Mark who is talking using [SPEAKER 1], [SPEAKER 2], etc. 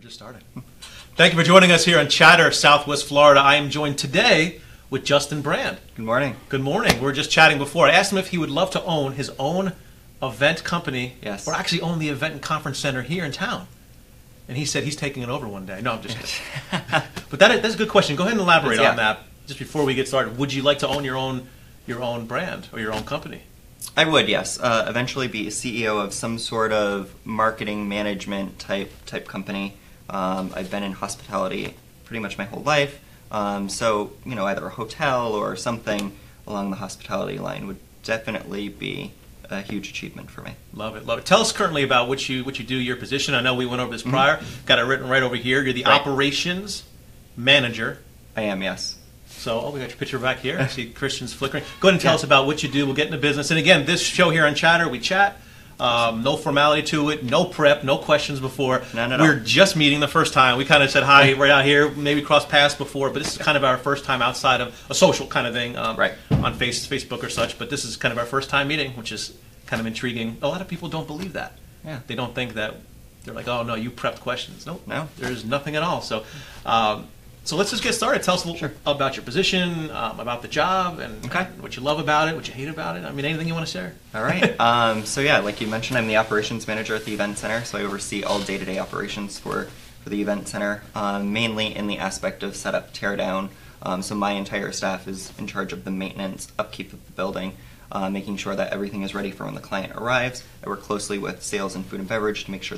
[SPEAKER 1] just started. Thank you for joining us here on Chatter, Southwest Florida. I am joined today with Justin Brand.
[SPEAKER 2] Good morning.
[SPEAKER 1] Good morning. We were just chatting before. I asked him if he would love to own his own event company,
[SPEAKER 2] Yes.
[SPEAKER 1] or actually own the event and conference center here in town. And he said he's taking it over one day. No, I'm just kidding. but that is, that's a good question. Go ahead and elaborate
[SPEAKER 2] Yeah.
[SPEAKER 1] on that just before we get started. Would you like to own your own your own brand or your own company?
[SPEAKER 2] I would, yes, uh, eventually be a CEO of some sort of marketing management type type company. Um, I've been in hospitality pretty much my whole life, um, so you know either a hotel or something along the hospitality line would definitely be a huge achievement for me.
[SPEAKER 1] Love it, love it. Tell us currently about what you what you do, your position. I know we went over this prior. Got it written right over here. You're the
[SPEAKER 2] Mm-hmm. Right.
[SPEAKER 1] operations manager.
[SPEAKER 2] I am, yes.
[SPEAKER 1] So, oh, we got your picture back here. I see Christian's flickering. Go ahead and tell us about what you do. We'll get into business. And again, this show here on Chatter, we chat. Um, no formality to it, no prep, no questions before.
[SPEAKER 2] None at all.
[SPEAKER 1] We're just meeting the first time. We kind of said hi right out here, maybe crossed paths before, but this is kind of our first time outside of a social kind of thing um,
[SPEAKER 2] Right.
[SPEAKER 1] on face, Facebook or such. But this is kind of our first time meeting, which is kind of intriguing. A lot of people don't believe that.
[SPEAKER 2] Yeah.
[SPEAKER 1] They don't think that they're like, oh no, you prepped questions. Nope.
[SPEAKER 2] No.
[SPEAKER 1] There's nothing at all. So, um, so let's just get started. Tell us a little
[SPEAKER 2] Sure.
[SPEAKER 1] about your position, um, about the job, and
[SPEAKER 2] Okay.
[SPEAKER 1] and what you love about it, what you hate about it. I mean, anything you want to share.
[SPEAKER 2] All right. um, so yeah, like you mentioned, I'm the operations manager at the event center, so I oversee all day-to-day operations for for the event center, um, mainly in the aspect of setup, teardown. Um, so my entire staff is in charge of the maintenance, upkeep of the building, uh, making sure that everything is ready for when the client arrives. I work closely with sales and food and beverage to make sure